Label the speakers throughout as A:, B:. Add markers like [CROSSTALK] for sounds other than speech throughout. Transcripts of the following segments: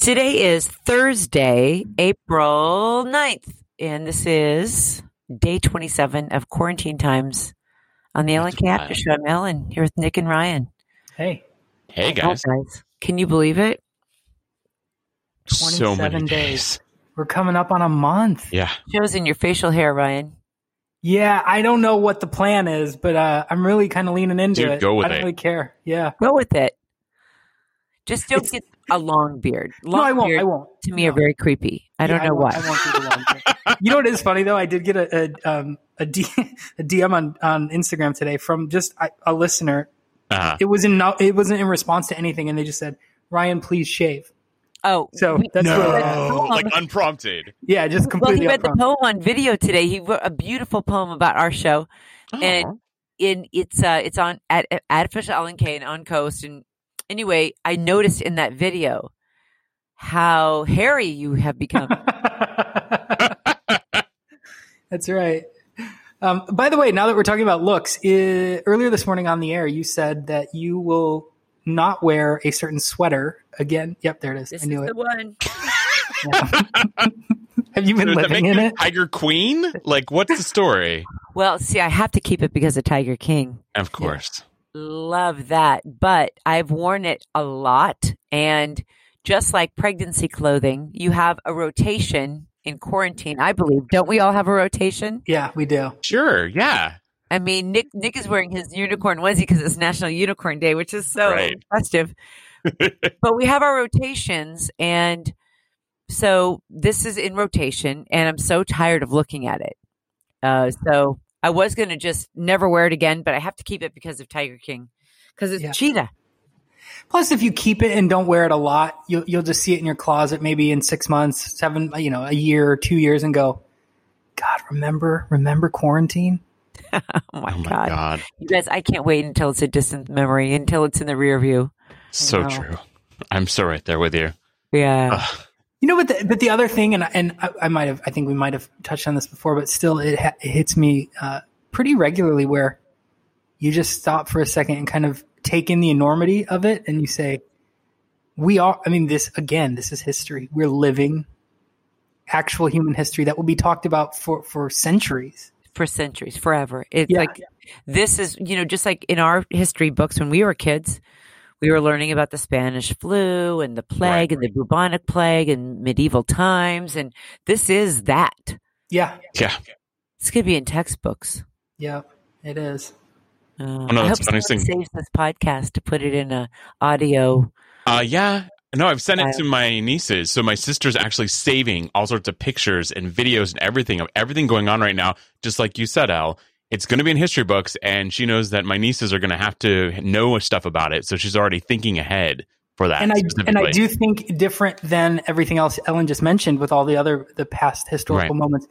A: Today is Thursday, April 9th, and this is day 27 of quarantine times on the Ellen Cat Show. I'm Ellen here with Nick and Ryan.
B: Hey,
C: Hey guys,
A: Oh, Can you believe it?
C: so many
B: 27
C: days.
B: days. we're coming up on a month.
C: [LAUGHS] Yeah,
A: Shows in your facial hair, Ryan.
B: Yeah, I don't know what the plan is, but uh, I'm really kind of leaning into
C: Dude,
B: it.
C: go with
B: I don't
C: it.
B: really care. Yeah.
A: Go with it. Just don't get a long beard. Long
B: No, I won't.
A: beard
B: I won't.
A: To me, are very creepy. I don't
B: Yeah,
A: know
B: won't-
A: why.
B: I won't do the long thing. [LAUGHS] you know what is funny though? I did get a a, um, a, D, [LAUGHS] a DM on, on Instagram today from just a, a listener.
C: uh-huh.
B: It was in no, it wasn't in response to anything, and they just said, "Ryan, please shave."
A: Oh,
B: So that's
A: No.
B: really-
A: Oh,
C: like unprompted.
B: yeah, just
A: well,
B: completely.
A: he read the
B: upfront.
A: poem on video today. He wrote a beautiful poem about our show,
B: Oh.
A: and in it's uh it's on at at official Ellen Kane on Coast. And anyway, I noticed in that video how hairy you have
B: [LAUGHS]
A: become.
B: [LAUGHS] That's right. Um, by the way, now that we're talking about looks, eh, earlier this morning on the air, you said that you will not wear a certain sweater again. Yep, there it is.
A: this
B: I knew
A: is
B: it.
A: the one.
B: Have you been
C: Does that make
B: living in
C: you
B: it?
C: Tiger Queen? Like, what's the story?
A: Well, see, I have to keep it because of Tiger King.
C: Of course.
A: Love that. But I've worn it a lot. And just like pregnancy clothing, you have a rotation in quarantine, I believe. Don't we all have a rotation?
B: Yeah, we do.
C: Sure. Yeah.
A: I mean, Nick Nick is wearing his unicorn onesie because it's National Unicorn Day, which is so
C: Right.
A: festive.
C: [LAUGHS]
A: but we have our rotations, and so this is in rotation, and I'm so tired of looking at it. Uh, so I was going to just never wear it again, but I have to keep it because of Tiger King, because it's
B: Yeah.
A: cheetah. [LAUGHS]
B: Plus, if you keep it and don't wear it a lot, you'll you'll just see it in your closet maybe in six months, seven, you know, a year or two years, and go, God, remember, remember quarantine.
A: Oh my,
C: Oh my
A: god.
C: god.
A: you guys! I can't wait until it's a distant memory, until it's in the rear view.
C: So
A: know.
C: true. I'm so right there with you.
A: Yeah,
B: You know, but the, but the other thing, and and I, I might have, I think we might have touched on this before, but still, it, ha- it hits me uh, pretty regularly where you just stop for a second and kind of take in the enormity of it, and you say, "We are." I mean, this again, this is history. We're living actual human history that will be talked about for for centuries.
A: for centuries, forever. It's
B: Yeah.
A: like this is, you know, just like in our history books when we were kids, we were learning about the Spanish flu and the plague and the bubonic plague and medieval times. And this is that.
B: Yeah,
C: Yeah.
A: This could be in textbooks.
B: yeah, it is.
A: Uh,
C: Oh, no,
A: I hope
C: that's funny
A: someone
C: thing.
A: saves this podcast to put it in a audio.
C: Uh, yeah. No, I've sent
A: Uh,
C: it to my nieces. So my sister's actually saving all sorts of pictures and videos and everything of everything going on right now. Just like you said, Al, it's going to be in history books, and she knows that my nieces are going to have to know stuff about it. So she's already thinking ahead for that.
B: and I and I
C: specifically.
B: do think different than everything else Ellen just mentioned with all the other the past historical
C: Right.
B: moments.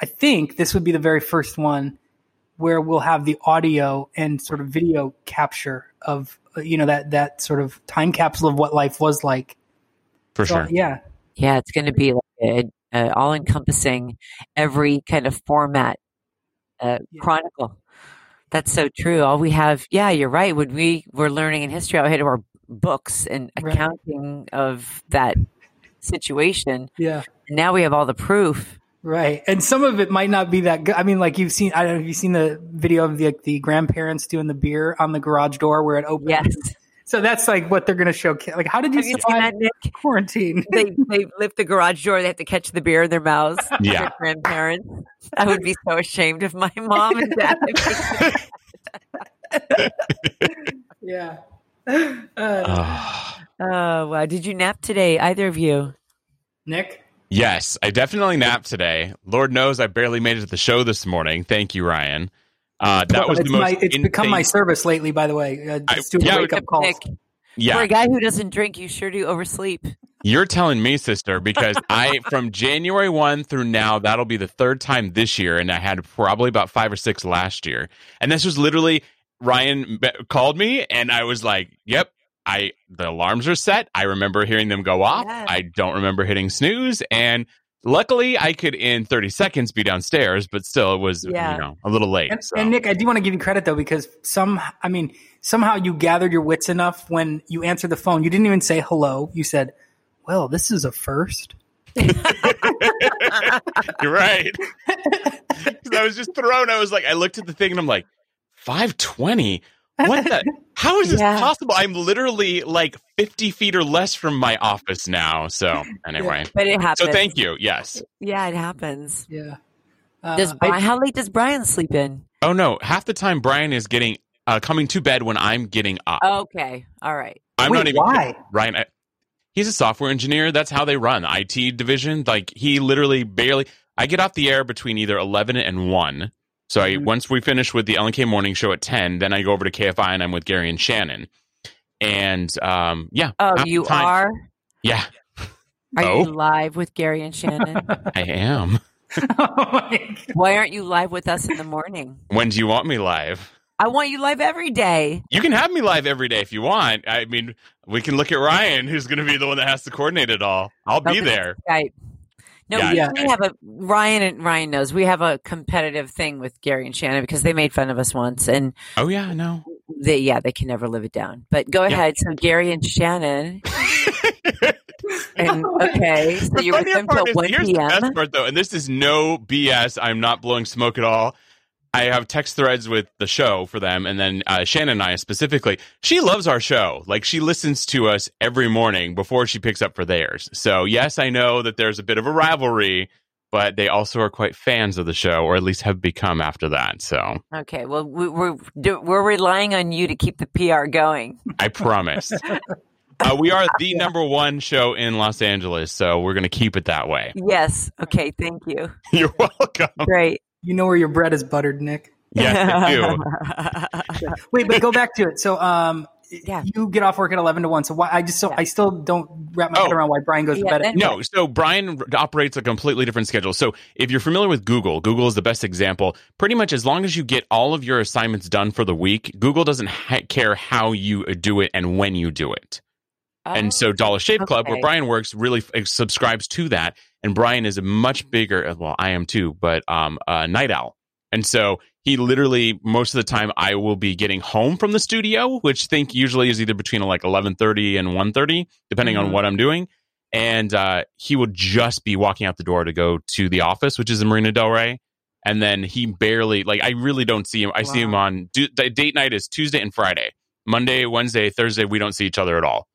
B: I think this would be the very first one where we'll have the audio and sort of video capture of uh, you know that that sort of time capsule of what life was like.
C: for
B: So,
C: sure.
B: Yeah.
A: Yeah, it's going to be like a, a all encompassing every kind of format uh,
B: Yeah.
A: chronicle. That's so true. All we have, yeah, you're right. When we were learning in history, all we had were books and
B: Right.
A: accounting of that situation.
B: Yeah.
A: And now we have all the proof.
B: Right. And some of it might not be that good. I mean, like you've seen, I don't know, have you seen the video of the, like, the grandparents doing the beer on the garage door where it opens? [LAUGHS]
A: Yes.
B: So that's like what they're going to show. ki- Like, how did you
A: Have you seen
B: survive
A: that, Nick?
B: quarantine?
A: They, they lift the garage door. They have to catch the beer in their
B: [LAUGHS]
A: mouths.
C: Yeah.
A: Their grandparents. I would be so ashamed of my [LAUGHS] mom and
B: [LAUGHS]
A: dad.
B: yeah. Uh,
C: Ah.
A: oh, wow. Did you nap today, either of you?
B: Nick?
C: Yes, I definitely napped today. Lord knows I barely made it to the show this morning. Thank you, Ryan. Uh, that was
B: it's
C: the most.
B: my, it's become my
C: insane-
B: service lately. By the way, uh,
C: I-
B: just doing
C: yeah,
B: wake up
A: Except
B: calls.
A: Nick.
C: Yeah.
A: For a guy who doesn't drink, you sure do oversleep.
C: You're telling me, sister,
B: [LAUGHS]
C: because I from January one through now, that'll be the third time this year, and I had probably about five or six last year. And this was literally Ryan be- called me, and I was like, "Yep, I the alarms are set. I remember hearing them go off.
A: Yes.
C: I don't remember hitting snooze, and luckily, I could in 30 seconds be downstairs, but still, it was
A: Yeah.
C: you know a little late.
B: And,
C: so.
B: and Nick, I do want to give you credit though, because some, I mean, somehow you gathered your wits enough when you answered the phone. You didn't even say hello. You said, "Well, this is a first.
C: You're right. 'Cause I was just thrown. I was like, I looked at the thing and I'm like, 520? What the? How is this
A: Yeah.
C: possible? I'm literally like 50 feet or less from my office now. So, anyway.
A: But it happens.
C: So, thank you. Yes.
A: Yeah, it happens.
B: Yeah. Uh,
A: Does
B: I- [LAUGHS]
A: Brian, how late does Brian sleep in?
C: Oh, no. Half the time, Brian is getting uh, coming to bed when I'm getting up.
A: Oh, Okay. All right.
C: I'm
B: Wait,
C: not even.
B: why?
C: Ryan, I, he's a software engineer. That's how they run IT division. Like he literally barely. I get off the air between either eleven and one. So I, once we finish with the LNK morning show at ten, then I go over to KFI and I'm with Gary and Shannon. And um, yeah.
A: Oh,
C: half the
A: you
C: time-
A: are?
C: Yeah,
A: Are
C: Oh.
A: you live with Gary and [LAUGHS] Shannon?
C: I am. [LAUGHS]
B: [LAUGHS] Oh my God.
A: Why aren't you live with us in the morning?
C: When do you want me live?
A: I want you live every day.
C: You can have me live every day if you want. I mean, we can look at Ryan, who's going to be the one that has to coordinate it all. I'll be
A: Okay.
C: there.
A: Skype. No,
C: Yeah,
A: we,
B: yeah.
A: we have a Ryan and Ryan knows we have a competitive thing with Gary and Shannon because they made fun of us once, and
C: Oh yeah, no.
A: they yeah they can never live it down. But go ahead, so Gary and
C: [LAUGHS]
A: Shannon, and okay, so
C: The
A: you're with
C: funnier
A: them till
C: part is-
A: one
C: here's the
A: p.m.
C: best part, though, and this is no BS. I'm not blowing smoke at all. I have text threads with the show for them, and then uh, Shannon and I specifically. She loves our show. Like she listens to us every morning before she picks up for theirs. So yes, I know that there's a bit of a rivalry, but they also are quite fans of the show, or at least have become after that. So
A: Okay, well we, we're do- we're relying on you to keep the PR going. [LAUGHS]
C: I promise. Uh, we are the number one show in Los Angeles, so we're going to keep it that way. [LAUGHS]
A: Yes, okay, thank you.
C: You're
A: [LAUGHS]
C: welcome.
A: Great.
B: you know where your bread is buttered, Nick.
C: Yes, I do.
B: Wait, but go back to it. So, um,
A: Yeah.
B: you get off work at 11 to 1. So why, I just, so I still don't wrap my head
C: Oh.
B: around why Brian goes
A: Yeah,
B: to bed at
A: then-
C: No, so Brian r- operates a completely different schedule. So if you're familiar with Google, Google is the best example. Pretty much as long as you get all of your assignments done for the week, Google doesn't ha- care how you uh, do it and when you do it.
A: Oh,
C: And so Dollar Shave Club, where
A: okay.
C: Brian works, really f- subscribes to that. And Brian is a
A: Mm-hmm.
C: much bigger, uh, well, I am too, but um, a night owl. And so he literally, most of the time, I will be getting home from the studio, which think usually is either between like 11.30 and 1.30, depending on
A: Mhm.
C: what I'm doing. And uh, he will just be walking out the door to go to the office, which is in Marina Del Rey. And then he barely, like, I really don't see him. I see him
A: Wow.
C: on, du- the date night is Tuesday and Friday. Monday, Wednesday, Thursday, we don't see each other at all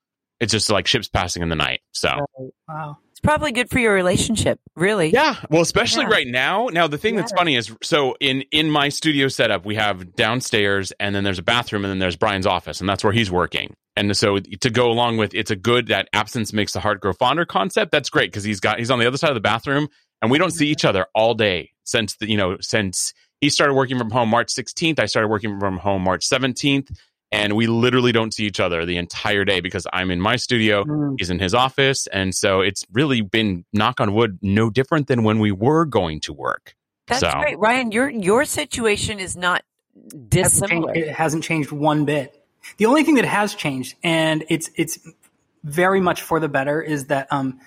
C: it's just like ships passing in the night. So
B: Wow.
A: it's probably good for your relationship, really.
C: yeah, well, especially
A: Yeah.
C: right now. Now the thing that's funny is so in in my studio setup, we have downstairs, and then there's a bathroom, and then there's Brian's office, and that's where he's working. And so to go along with it's a good that absence makes the heart grow fonder concept. That's great because he's got he's on the other side of the bathroom, and we don't
A: Mm-hmm.
C: see each other all day since the, you know since he started working from home March 16th. I started working from home March 17th, and we literally don't see each other the entire day because I'm in my studio
B: Mm.
C: he's in his office and so it's really been knock on wood no different than when we were going to work
A: That's
C: so
A: great, Ryan. Your your situation is not
B: hasn't
A: dissimilar.
B: changed- It hasn't changed one bit. The only thing that has changed, and it's it's very much for the better, is that um.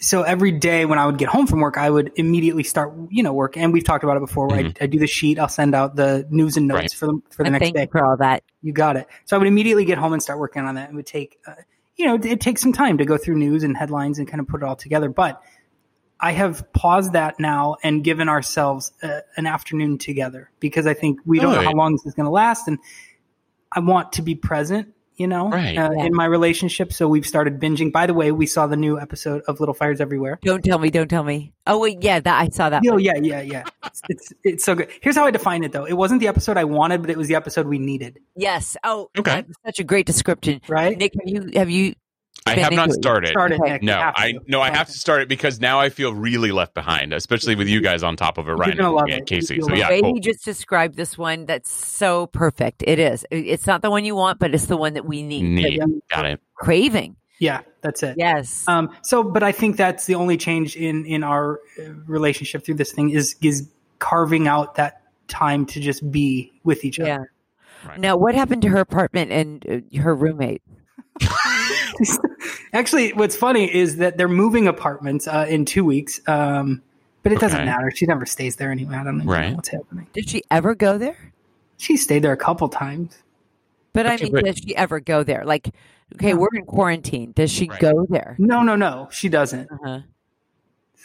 B: So every day when I would get home from work, I would immediately start you know work, and we've talked about it before. Where I, I do the sheet, I'll send out the news and notes
C: Right.
B: for the for the
A: And
B: next
A: thank
B: day.
A: you for all that.
B: You got it. So I would immediately get home and start working on that. It would take, uh, you know, it, it takes some time to go through news and headlines and kind of put it all together. But I have paused that now and given ourselves uh an afternoon together because I think we don't know how
C: Good.
B: long this is going to last, and I want to be present. You know,
C: Right.
B: uh,
A: Yeah.
B: in my relationship. So we've started binging. By the way, we saw the new episode of Little Fires Everywhere.
A: Don't tell me. Don't tell me. Oh wait, yeah, that I saw that.
B: Oh yeah, yeah, yeah. It's, it's it's so good. Here's how I define it though. It wasn't the episode I wanted, but it was the episode we needed.
A: Yes. Oh,
C: Okay.
A: that's such a great description.
B: Right?
A: Nick, have you have you
C: I
A: been
C: have not
A: into it yet?
C: started.
B: Start it,
A: Okay.
B: Nick. You
C: No,
B: have to.
C: I no, I
B: You
C: have to start it because now I feel really left behind, especially with you guys on top of it, Ryan
B: gonna
C: and
B: love
C: yeah,
B: it.
C: Casey.
B: You'll
C: So
B: love
C: yeah,
A: way
C: cool.
A: he just described this one that's so perfect. It is. It- It's not the one you want, but it's the one that we need.
C: Neat.
B: Yeah.
C: Got it.
A: Craving.
B: Yeah, that's it.
A: Yes.
B: Um, so, but I think that's the only change in in our uh, relationship through this thing is is carving out that time to just be with each
A: yeah.
B: other.
C: Right.
A: Now, what happened to her apartment and uh, her roommate?
B: Actually, what's funny is that they're moving apartments uh, in two weeks, um, but it doesn't
C: Okay.
B: matter. She never stays there anyway. I don't even
C: Right.
B: know what's happening.
A: Did she ever go there?
B: She stayed there a couple times.
A: But I
C: Okay,
A: mean,
C: but-
A: does she ever go there? Like, okay, we're in quarantine. Does she
C: Right.
A: go there?
B: No, no, no, she doesn't.
A: Uh-huh.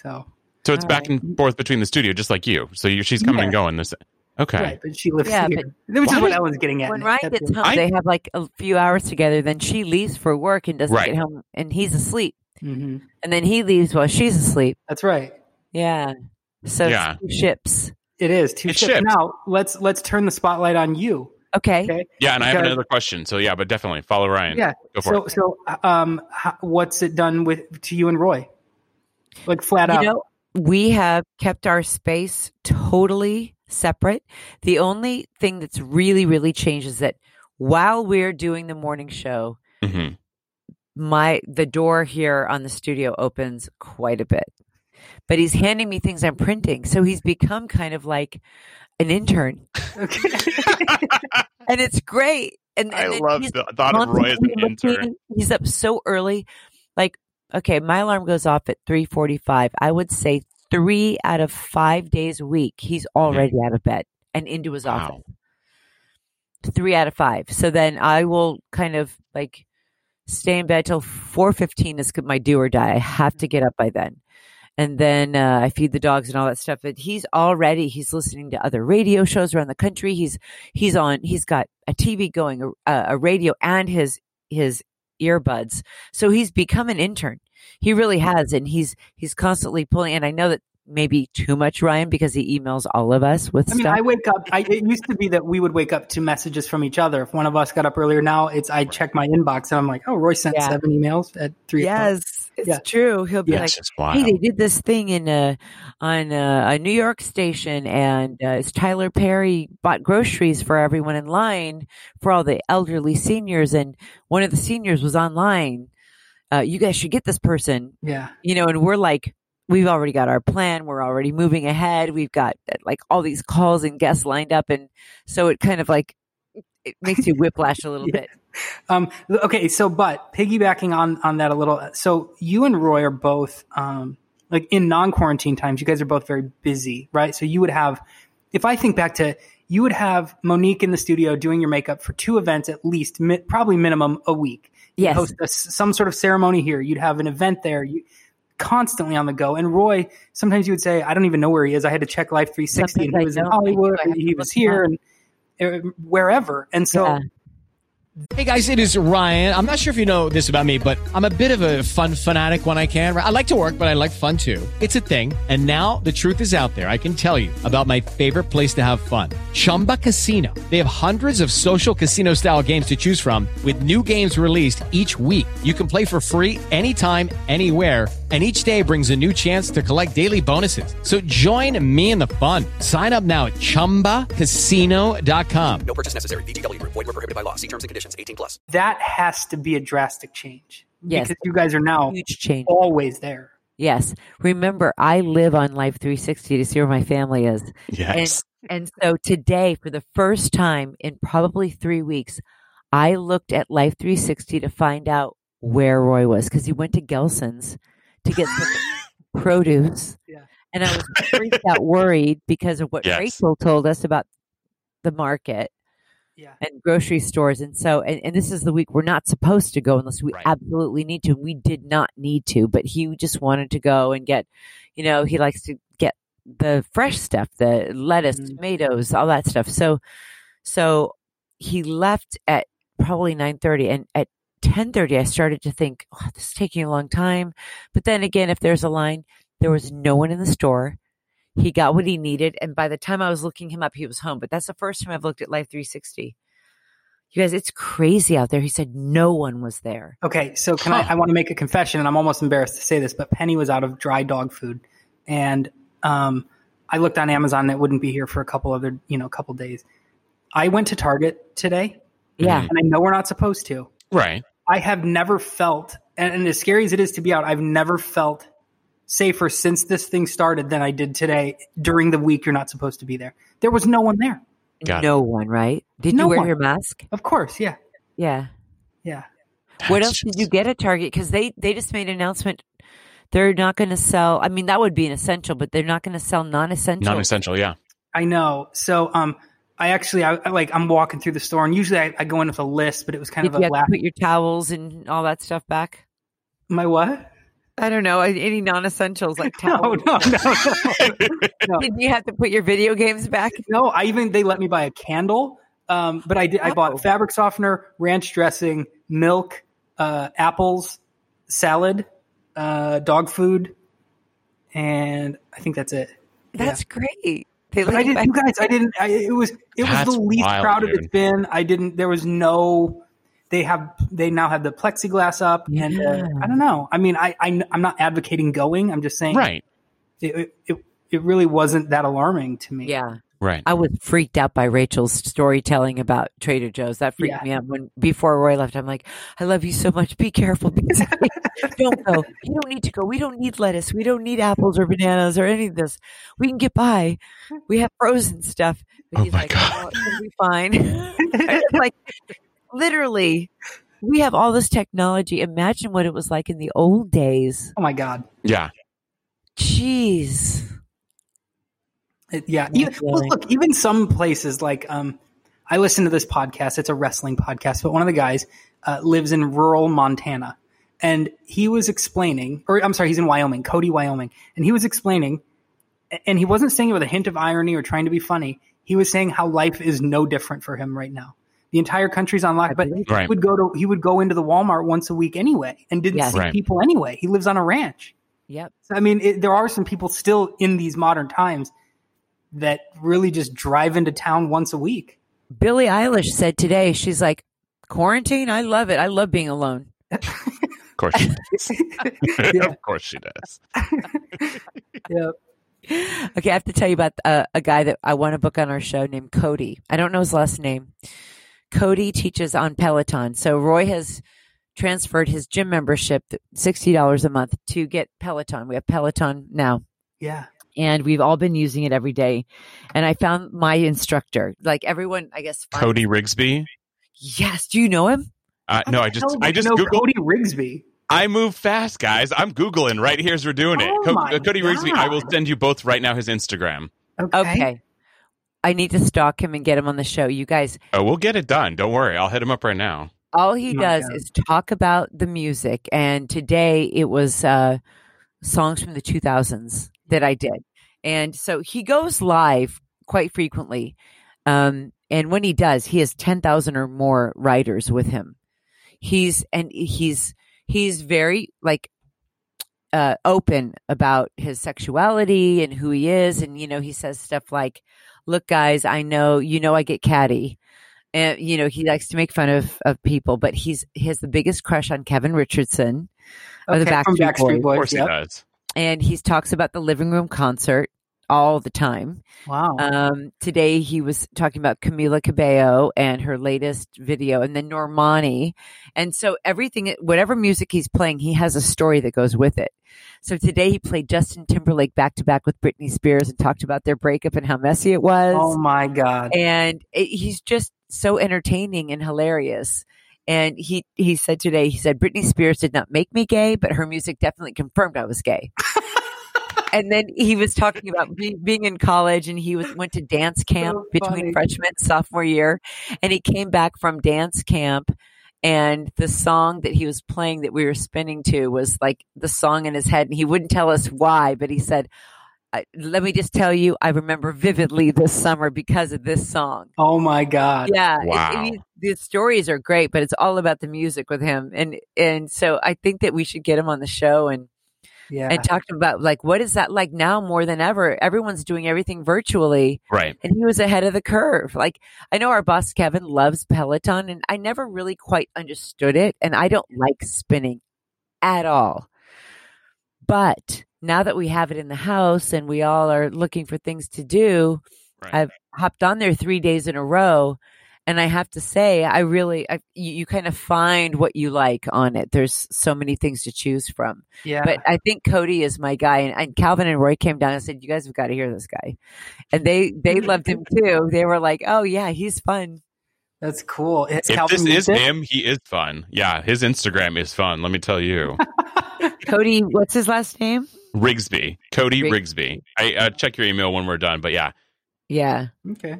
B: So
C: So it's
A: All
C: back and forth between the studio, just like you. So you, she's coming and going. This okay.
B: right, but she lives
A: Yeah,
B: here, which
A: why
B: is what
A: does-
B: Ellen's getting at.
A: When
B: Nick.
A: Ryan
B: That's
A: gets
B: what-
A: home,
C: I-
A: they have like a few hours together. Then she leaves for work and doesn't
C: Right.
A: get home, and he's asleep.
B: Mhm.
A: And then he leaves while she's asleep.
B: That's right.
A: Yeah. So
C: Yeah.
A: it's two ships.
B: It is two
C: It
B: ships.
C: ships.
B: Now let's let's turn the spotlight on you.
A: Okay.
B: Okay.
C: Yeah, and I have
B: Because-
C: another question. So yeah, but definitely follow Ryan.
B: Yeah.
C: Go for
B: So,
C: it.
B: so um, how, what's it done with to you and Roy? Like flat
A: you
B: out. [LAUGHS]
A: know, we have kept our space totally separate. The only thing that's really, really changed is that while we're doing the morning show,
C: Mhm.
A: my the door here on the studio opens quite a bit. But he's handing me things I'm printing. So he's become kind of like an intern. and it's great. And,
C: I
A: and
C: love
A: he's
C: the thought of Roy as an
A: constantly looking-
C: intern.
A: He's up so early. Like, okay, my alarm goes off at 345. I would say three out of five days a week, he's already out of bed and into his
C: Wow.
A: office. Three out of five. So then I will kind of like stay in bed till 4.15 is my do or die. I have to get up by then. And then uh, I feed the dogs and all that stuff. But he's already, he's listening to other radio shows around the country. He's he's on he's got a tv going a, a radio and his his earbuds so he's become an intern he really
B: Mm-hmm.
A: has and he's he's constantly pulling and i know that maybe too much ryan because he emails all of us with
B: I mean,
A: stuff
B: I wake up. I, it used to be that we would wake up to messages from each other. If one of us got up earlier, now it's I check my inbox and I'm like, oh, Roy sent
A: Yeah.
B: seven emails at three. o'clock.
A: yes it's
B: Yeah.
A: true he'll be
B: Yeah.
A: like
C: That's just wild.
A: Hey, they did this thing in uh on uh a New York station, and uh, it's Tyler Perry bought groceries for everyone in line for all the elderly seniors, and one of the seniors was online. Uh, you guys should get this person,
B: Yeah.
A: you know, and we're like, we've already got our plan. We're already moving ahead. We've got uh, like all these calls and guests lined up. And so it kind of like, it makes you whiplash a little
B: Yeah.
A: bit.
B: Um, okay. So, but piggybacking on on that a little. So you and Roy are both um, like in non quarantine times. You guys are both very busy, right? So you would have, if I think back to, you would have Monique in the studio doing your makeup for two events at least, mi- probably minimum a week. You'd
A: Yes.
B: host a s- some sort of ceremony here. You'd have an event there. You constantly on the go. And Roy, sometimes you would say, I don't even know where he is. I had to check Life 360 and
A: Sometimes
B: he
A: I
B: was in
A: don't. I do.
B: Hollywood
A: I
B: and
A: have
B: he
A: to
B: was
A: look him
B: here and uh, wherever. And so.
A: Yeah.
D: Hey guys, it is Ryan. I'm not sure if you know this about me, but I'm a bit of a fun fanatic when I can. I like to work, but I like fun too. It's a thing. And now the truth is out there. I can tell you about my favorite place to have fun Chumba Casino. They have hundreds of social casino style games to choose from, with new games released each week. You can play for free anytime, anywhere. And each day brings a new chance to collect daily bonuses. So join me in the fun. Sign up now at chumbacasino.com.
E: No purchase necessary. VGW Group. Void were prohibited by law. See terms and conditions. 18 plus.
B: that has to be a drastic change.
A: Yes.
B: Because you guys are now
A: Huge change.
B: always there.
A: Yes. Remember, I live on Life 360 to see where my family is. And,
C: Yes.
A: and so today, for the first time in probably three weeks, I looked at Life 360 to find out where Roy was because he went to Gelson's to get
C: [LAUGHS]
A: some produce.
B: Yeah.
A: And I was freaked out, worried because of what
C: Yes.
A: Rachel told us about the market
B: Yeah.
A: and grocery stores. And so, and, and this is the week we're not supposed to go unless we
C: Right.
A: absolutely need to. We did not need to, but he just wanted to go and get, you know, he likes to get the fresh stuff, the lettuce,
B: Mhm.
A: tomatoes, all that stuff. So, so he left at probably 9.30 and at 10.30 I started to think, oh, this is taking a long time. But then again, if there's a line, there was no one in the store. He got what he needed. And by the time I was looking him up, he was home. But that's the first time I've looked at Life 360. You guys, it's crazy out there. He said no one was there.
B: Okay, so can I? I want to make a confession, and I'm almost embarrassed to say this, but Penny was out of dry dog food, and um, I looked on Amazon and it wouldn't be here for a couple other, you know, couple days. I went to Target today,
A: Yeah.
B: and I know we're not supposed to.
C: Right.
B: I have never felt, and, and as scary as it is to be out, I've never felt safer since this thing started than I did today. During the week, you're not supposed to be there. There was no one there.
C: Got
A: no one, right? Did
B: No
A: you wear
B: one.
A: your mask?
B: Of course, yeah,
A: Yeah.
B: yeah.
A: what
C: That's
A: else did
C: just-
A: you get at Target? Because they they just made an announcement. They're not going to sell. I mean, that would be an essential, but they're not going to sell non-essential.
B: [LAUGHS]
C: Non-essential. Yeah.
B: I know. So, um, I actually, I I, like, I'm walking through the store, and usually I, I go in with a list, but it was kind
A: Did you
B: of a
A: have to
B: laugh.
A: put your towels and all that stuff back?
B: [LAUGHS] My what?
A: I don't know any non-essentials like [LAUGHS]
B: [LAUGHS] No,
A: towels.
B: no, no, no. [LAUGHS]
A: Did you have to put your video games back?
B: No, I even they let me buy a candle. Um, but I did. I bought fabric softener, ranch dressing, milk, uh, apples, salad, uh, dog food, and I think that's it.
A: That's great. They
B: But
A: let
B: I
A: you
B: didn't. You
A: back-
B: guys, I didn't. I, it was it was
C: That's
B: the least
C: wild,
B: crowded
C: dude.
B: it's been. I didn't. There was no. They have. They now have the plexiglass up, and uh, I don't know. I mean, I, I am not advocating going. I'm just saying.
C: Right.
B: It, it, it, it really wasn't that alarming to me.
A: yeah.
B: Um,
C: Right.
A: I was freaked out by Rachel's storytelling about Trader Joe's. That freaked
B: Yeah.
A: me out when before Roy left. I'm like, I love you so much. Be careful. Be
C: [LAUGHS]
A: safe. don't go. You don't need to go. We don't need lettuce. We don't need apples or bananas or any of this. We can get by. We have frozen stuff. But
C: Oh
A: he's
C: my
A: like,
C: God.
A: Oh, be fine. [LAUGHS] I was like literally, we have all this technology. Imagine what it was like in the old days.
B: Oh my god.
C: Yeah.
A: Jeez.
B: It, yeah.
A: Yeah,
B: Even- well,
A: really.
B: look, even some places like um, I listen to this podcast. It's a wrestling podcast, but one of the guys uh, lives in rural Montana, and he was explaining, or I'm sorry, he's in Wyoming, Cody, Wyoming, and he was explaining, a- and he wasn't saying it with a hint of irony or trying to be funny. He was saying how life is no different for him right now. The entire country's on lockdown, but he
C: Right.
B: would go to he would go into the Walmart once a week anyway, and didn't
A: Yes.
B: see
C: Right.
B: people anyway. He lives on a ranch.
A: Yep.
B: So, I mean, it, there are some people still in these modern times that really just drive into town once a [LAUGHS] week.
A: Billie Eilish said today, she's like, quarantine, I love it. I love being alone.
C: Of course. She does.
B: [LAUGHS] Yeah.
C: [LAUGHS] Of course she does.
B: Yeah.
A: Okay, I have to tell you about uh, a guy that I want to book on our show named Cody. I don't know his last name. Cody teaches on Peloton. So Roy has transferred his gym membership, $60 a month, to get Peloton. We have Peloton now.
B: Yeah.
A: and we've all been using it every day. And I found my instructor, like everyone, I guess. finds-
C: Cody Rigsby.
A: Yes. Do you know him?
C: Uh, no, I just I just
B: know
C: googled.
B: Cody Rigsby.
C: I move fast, guys. I'm googling right here as we're doing it.
B: Oh
C: Co-
B: my
C: uh, Cody Rigsby. I will
B: God.
C: send you both right now his Instagram.
B: Okay.
A: Okay. I need to stalk him and get him on the show. You guys,
C: Oh, we'll get it done. Don't worry. I'll hit him up right now.
A: all he
B: My
A: does
B: God.
A: is talk about the music. And today it was uh, songs from the 2000s that I did. And so he goes live quite frequently. Um, and when he does, he has 10,000 or more writers with him. He's, and he's, he's very like uh, open about his sexuality and who he is. And, you know, he says stuff like, look, guys, I know, you know, I get catty. And, you know, he likes to make fun of, of people, but he's, he has the biggest crush on Kevin Richardson of the
B: Okay,
A: Backstreet
B: from
A: Boys.
B: Oh, Backstreet
C: Of
B: Boys.
C: course
B: yep.
C: he does.
A: And he talks about the living room concert all the time.
B: Wow.
A: Um, today he was talking about Camila Cabello and her latest video, and then Normani, and so everything, whatever music he's playing, he has a story that goes with it. So today he played Justin Timberlake back to back with Britney Spears and talked about their breakup and how messy it was,
B: oh my God.
A: and it, he's just so entertaining and hilarious. And he he said today, he said Britney Spears did not make me gay, but her music definitely confirmed I was gay. and then he was talking about be, being in college, and he was went to dance camp
B: So funny.
A: between freshman and sophomore year, and he came back from dance camp. And the song that he was playing that we were spinning to was like the song in his head, and he wouldn't tell us why, but he said, I, "Let me just tell you, I remember vividly this summer because of this song."
B: Oh my God.
A: yeah it- it
C: Wow.
A: means the stories are great but it's all about the music with him and and so i think that we should get him on the show and
B: Yeah.
A: and talked about like what is that like now more than ever everyone's doing everything virtually
C: Right.
A: and he was ahead of the curve like i know our boss kevin loves peloton and i never really quite understood it and i don't like spinning at all but now that we have it in the house and we all are looking for things to do
C: Right.
A: I've- hopped on there three days in a row and i have to say i really I, you, you kind of find what you like on it there's so many things to choose from
B: yeah.
A: but I think Cody is my guy, and, and Calvin and Roy came down and said, "You guys have got to hear this guy," and they [LAUGHS] they loved him too. They were like, "Oh yeah, he's fun."
B: That's cool. Has
C: if
B: Calvin
C: this is
B: used it?
C: him, he is fun. Yeah, his Instagram is fun. Let me tell you,
A: Cody, what's his last name?
C: Rigsby, Cody
A: Rig-
C: Rigsby. I uh, check your email when we're done. But yeah,
A: Yeah.
B: Okay.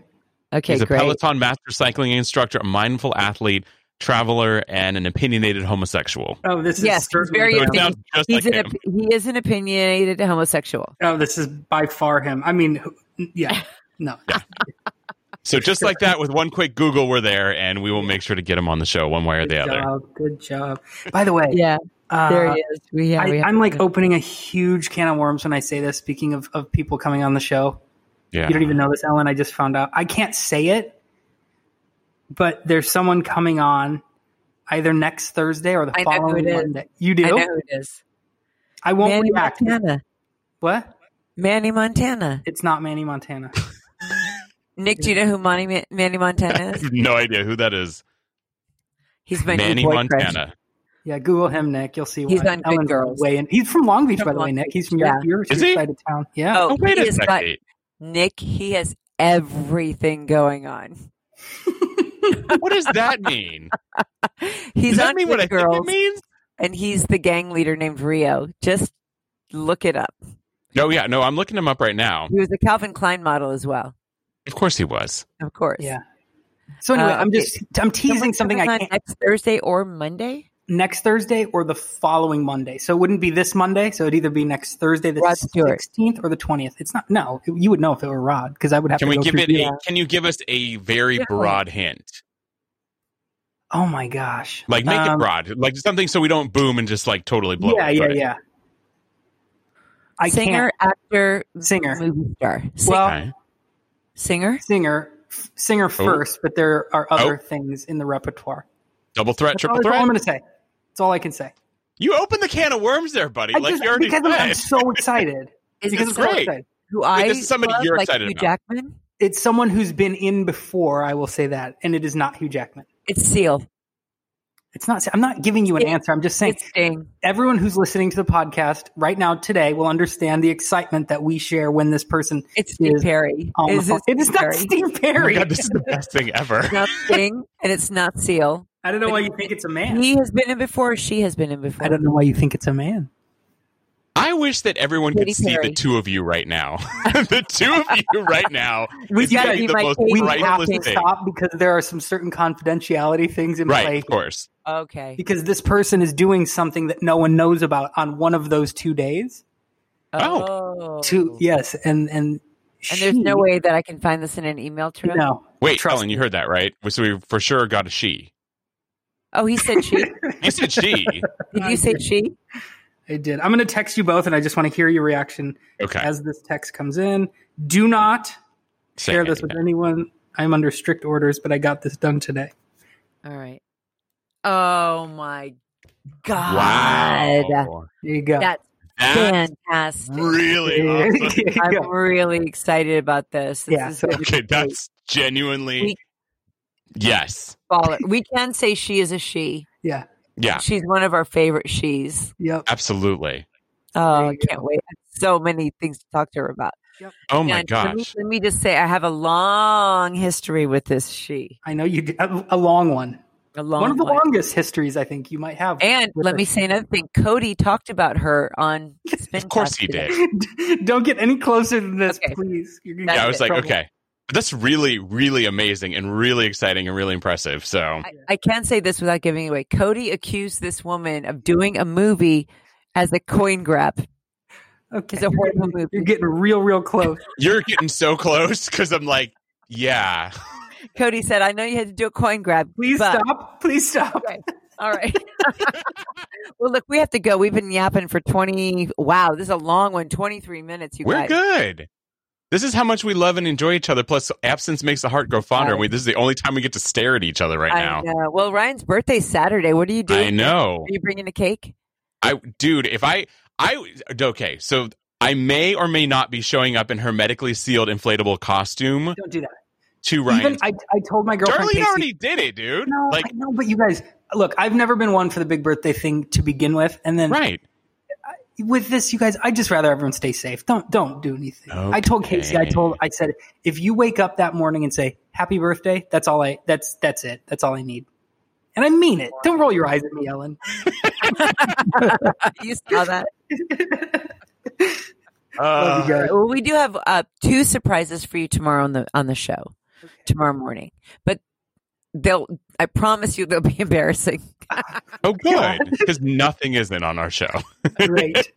A: Okay,
C: he's a
A: great.
C: Peloton master cycling instructor, a mindful athlete, traveler, and an opinionated homosexual.
B: Oh, this is
A: Yes,
B: certainly
A: very
C: So it
A: Yeah.
C: sounds just
A: He's
C: like
A: an
C: him.
A: op- he is an opinionated homosexual.
B: Oh, this is by far him. I mean, who- [LAUGHS] yeah. No.
C: So just like that, with one quick Google, we're there, and we will make sure to get him on the show one way or the
B: Good
C: other.
B: job. Good job. By the way,
A: Yeah,
B: uh,
A: there he is. We, yeah, we
B: I,
A: have
B: I'm like
A: to-
B: opening a huge can of worms when I say this. Speaking of, of people coming on the show,
C: Yeah,
B: you don't even know this, Ellen. I just found out. I can't say it, but there's someone coming on either next Thursday or the
A: I know who
B: following
A: it is.
B: Monday. You do?
A: I know who it is.
B: I won't
A: Manny
B: react.
A: Montana.
B: What?
A: Manny Montana.
B: It's not Manny Montana.
A: Nick, do you know who Manny, Manny Montana
C: [LAUGHS] I
A: is?
C: [LAUGHS] have no idea who that is.
A: He's my new
C: Manny
A: boy crush.
C: Montana.
B: Yeah, Google him, Nick. You'll see.
A: He's
B: why.
A: on Good
B: Ellen's
A: Girls.
B: Way in. He's from Long Beach, by the way,
A: Long
B: Nick. He's
A: Beach,
B: from your,
A: yeah.
B: your,
C: Is
B: your
C: he?
B: side of town. Yeah.
A: Oh,
C: Oh, wait
A: he
C: a
A: has got,
C: second.
A: Nick, he has everything going on.
C: What does that mean?
A: [LAUGHS] He's
C: does that
A: on
C: mean what I
A: Good
C: think
A: Girls,
C: it means?
A: and he's the gang leader named Rio. Just look it up.
C: No, yeah, no. I'm looking him up right now.
A: He was a Calvin Klein model as well,
C: Of course he was.
A: of course.
B: Yeah. So anyway,
A: Uh,
B: I'm
A: okay.
B: just I'm teasing
A: Someone's
B: something I
A: coming
B: can't
A: on next Thursday or Monday.
B: next Thursday or the following Monday. So it wouldn't be this Monday. So it'd either be next Thursday, the
A: Rod Stewart.
B: sixteenth, or the twentieth. It's not. No, you would know if it were Rod because I would have.
C: Can
B: to
C: we
B: go
C: give
B: through-
C: it?
A: uh,
C: A, can you give us a very broad hint?
B: oh my gosh!
C: Like make it
B: Um,
C: broad, like something so we don't boom and just like totally blow.
B: Yeah,
C: it,
B: yeah,
C: right?
B: yeah. I
A: singer, actor,
B: can't singer.
A: movie star, Sing-
B: Well,
C: Okay.
A: singer.
B: singer, f-
C: Oh.
B: singer first, but there are other things in the repertoire.
C: Double threat,
B: That's all,
C: triple
B: that's all I'm
C: threat.
B: going to say. That's all I can say.
C: You open the can of worms there, buddy.
B: I
C: like
B: just,
C: you already
B: because
C: said.
B: I'm, I'm
A: [LAUGHS]
B: so excited.
A: Is
B: because
A: this
B: I'm so
C: great.
B: excited.
A: who I
C: this is somebody
A: love,
C: you're
A: like
C: excited
A: Hugh
C: about.
A: Jackman.
B: It's someone who's been in before. I will say that, and it is not Hugh Jackman.
A: It's Seal.
B: It's not. I'm not giving you an
A: It-
B: answer. I'm just saying
A: It's Sting.
B: everyone who's listening to the podcast right now today will understand the excitement that we share when this person
A: It's Steve
B: is
A: Perry.
B: on the
A: Is
B: phone.
A: it
B: It is
A: Steve
B: not
A: Perry?
B: Steve
C: Oh my
B: Perry.
C: God, this is the best thing ever.
A: It's not Sting, and it's not Seal.
B: [LAUGHS] I don't know why you think it's a man.
A: He has been in before. She has been in before.
B: I don't know why you think it's a man.
C: I wish that everyone
A: Katy
C: could see
A: Perry.
C: the two of you right now. [LAUGHS] the two of you
B: [LAUGHS]
C: right now.
B: We
C: is gonna
B: gotta
C: be
A: be
C: the
A: my
C: most
A: Katy
B: We
A: Right,
B: have
C: priceless
B: to
C: thing.
B: stop because there are some certain confidentiality things in
C: Right,
B: play.
C: of course.
A: Okay.
B: Because this person is doing something that no one knows about on one of those two days.
A: Oh.
B: Two, yes, and and
A: And there's
B: she-
A: no way that I can find this in an email trail.
B: No,
C: Wait,
B: Trust
C: Ellen,
B: me.
C: you heard that right? So we for sure got a she.
A: Oh, he said
B: [LAUGHS]
A: she.
C: You said she.
A: Did you say she?
B: I did. I'm going to text you both, and I just want to hear your reaction
C: Okay.
B: as this text comes in. Do not
C: Say
B: share this
C: anything.
B: with anyone. I'm under strict orders, but I got this done today.
A: All right. Oh my god.
C: Wow.
B: There you go.
A: That's
C: That's
A: fantastic.
B: [LAUGHS]
C: really awesome.
A: [LAUGHS]
B: There you
A: I'm
B: go.
A: really excited about this. This
B: Yeah,
A: is
B: so-
A: gonna be
C: Okay,
A: great.
C: that's genuinely
A: We-
C: yes.
A: baller. We can say she is a she.
B: yeah.
C: Yeah,
A: She's one of our favorite she's.
B: Yep.
C: absolutely.
A: Oh,
B: There
A: I
B: you
A: can't wait. I have So many things to talk to her about.
C: Oh my
A: And Let me,
C: gosh.
A: let me just say, I have a long history with this she.
B: I know you did a, a long one.
A: A long
B: one of the
A: one.
B: longest histories I think you might have.
A: And
B: with
A: let
B: her.
A: me say another thing. Cody talked about her on Spin
C: Of course he did.
B: [LAUGHS]
A: [LAUGHS]
B: Don't get any closer than this,
A: Okay.
B: please. You're gonna
A: That's
C: Yeah,
B: get
C: I
A: it.
C: was like,
B: trouble.
C: okay. That's really, really amazing and really exciting and really impressive. So
A: I, I can't say this without giving it away. Cody accused this woman of doing a movie as a coin grab.
B: Okay.
A: It's a horrible movie.
B: You're getting real,
A: [LAUGHS]
B: real close.
C: you're getting so close because I'm like, yeah.
A: Cody said, "I know you had to do a coin grab.
B: Please
A: but
B: stop. Please stop.
A: Okay. All right. [LAUGHS] well, look, we have to go. We've been yapping for 20. Wow, this is a long one. 23 minutes, you guys.
C: We're good. This is how much we love and enjoy each other. Plus, absence makes the heart grow fonder. And we, this is the only time we get to stare at each other right
A: I
C: now.
A: know. Well, Ryan's birthday's Saturday. What are you doing?
C: I know.
A: Are you bringing a cake?
C: I, dude, if I, I, okay, so I may or may not be showing up in her medically sealed inflatable costume
B: Don't do that.
C: to Ryan.
B: Even I, I told my girlfriend.
C: Darlene
B: Casey-
C: already did it, dude.
B: No,
C: like,
B: I know, but you guys, look, I've never been one for the big birthday thing to begin with, and then
C: right.
B: with this, you guys, I just rather everyone stay safe. Don't don't do anything. I told Casey, I told, I said, if you wake up that morning and say "Happy Birthday," that's all I. That's that's it. That's all I need, and I mean it. Don't roll your eyes at me, Ellen.
A: You saw that.
B: Love you guys.
A: Well, we do have uh, two surprises for you tomorrow on the on the show, tomorrow morning. But they'll, I promise you, they'll be [LAUGHS] embarrassing.
B: [LAUGHS]
C: Oh, good. Because nothing isn't on our show.
B: Great.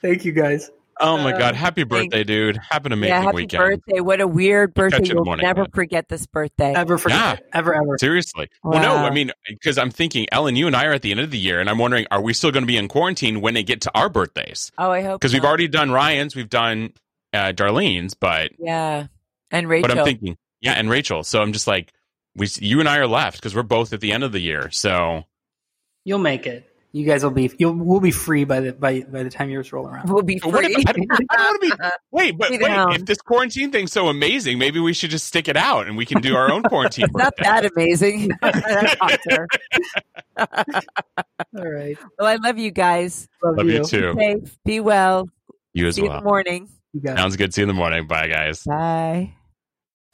B: Thank you, guys.
C: Oh, my
B: Uh,
C: God. Happy birthday, dude. Have an amazing
A: yeah, happy
C: weekend.
A: birthday! What a weird birthday!
C: catch you in the
A: You'll
C: morning,
A: never
C: man.
A: forget this birthday.
B: Ever forget?
C: Yeah.
B: it. Ever ever.
C: Seriously. Well, no,
A: Wow.
C: I mean, because I'm thinking, Ellen, you and I are at the end of the year, and I'm wondering, are we still going to be in quarantine when they get to our birthdays?
A: oh, I hope
C: Because we've
A: not.
C: already done Ryan's, we've done uh, Darlene's, but
A: yeah, and Rachel.
C: but I'm thinking, yeah, and Rachel. So I'm just like, we, you and I are left because we're both at the end of the year. So
B: You'll make it. You guys will be. You'll we'll be free by the by by the time yours roll around.
A: will be
C: What
A: [LAUGHS] free.
C: if- I don't, want to
A: [LAUGHS]
C: be. Wait, but
A: Be
C: wait,
A: down.
C: if this quarantine thing's so amazing, maybe we should just stick it out and we can do our
A: [LAUGHS]
C: own quarantine.
A: Not
C: birthday.
A: that amazing. [LAUGHS] That's awesome.
B: All right.
A: well, I love you guys.
B: Love,
C: Love
B: you.
C: you too.
A: Be safe. Be well.
C: You as
A: See you in the
C: well.
A: morning.
B: You guys.
C: Sounds good. See you in the morning. Bye, guys.
A: Bye.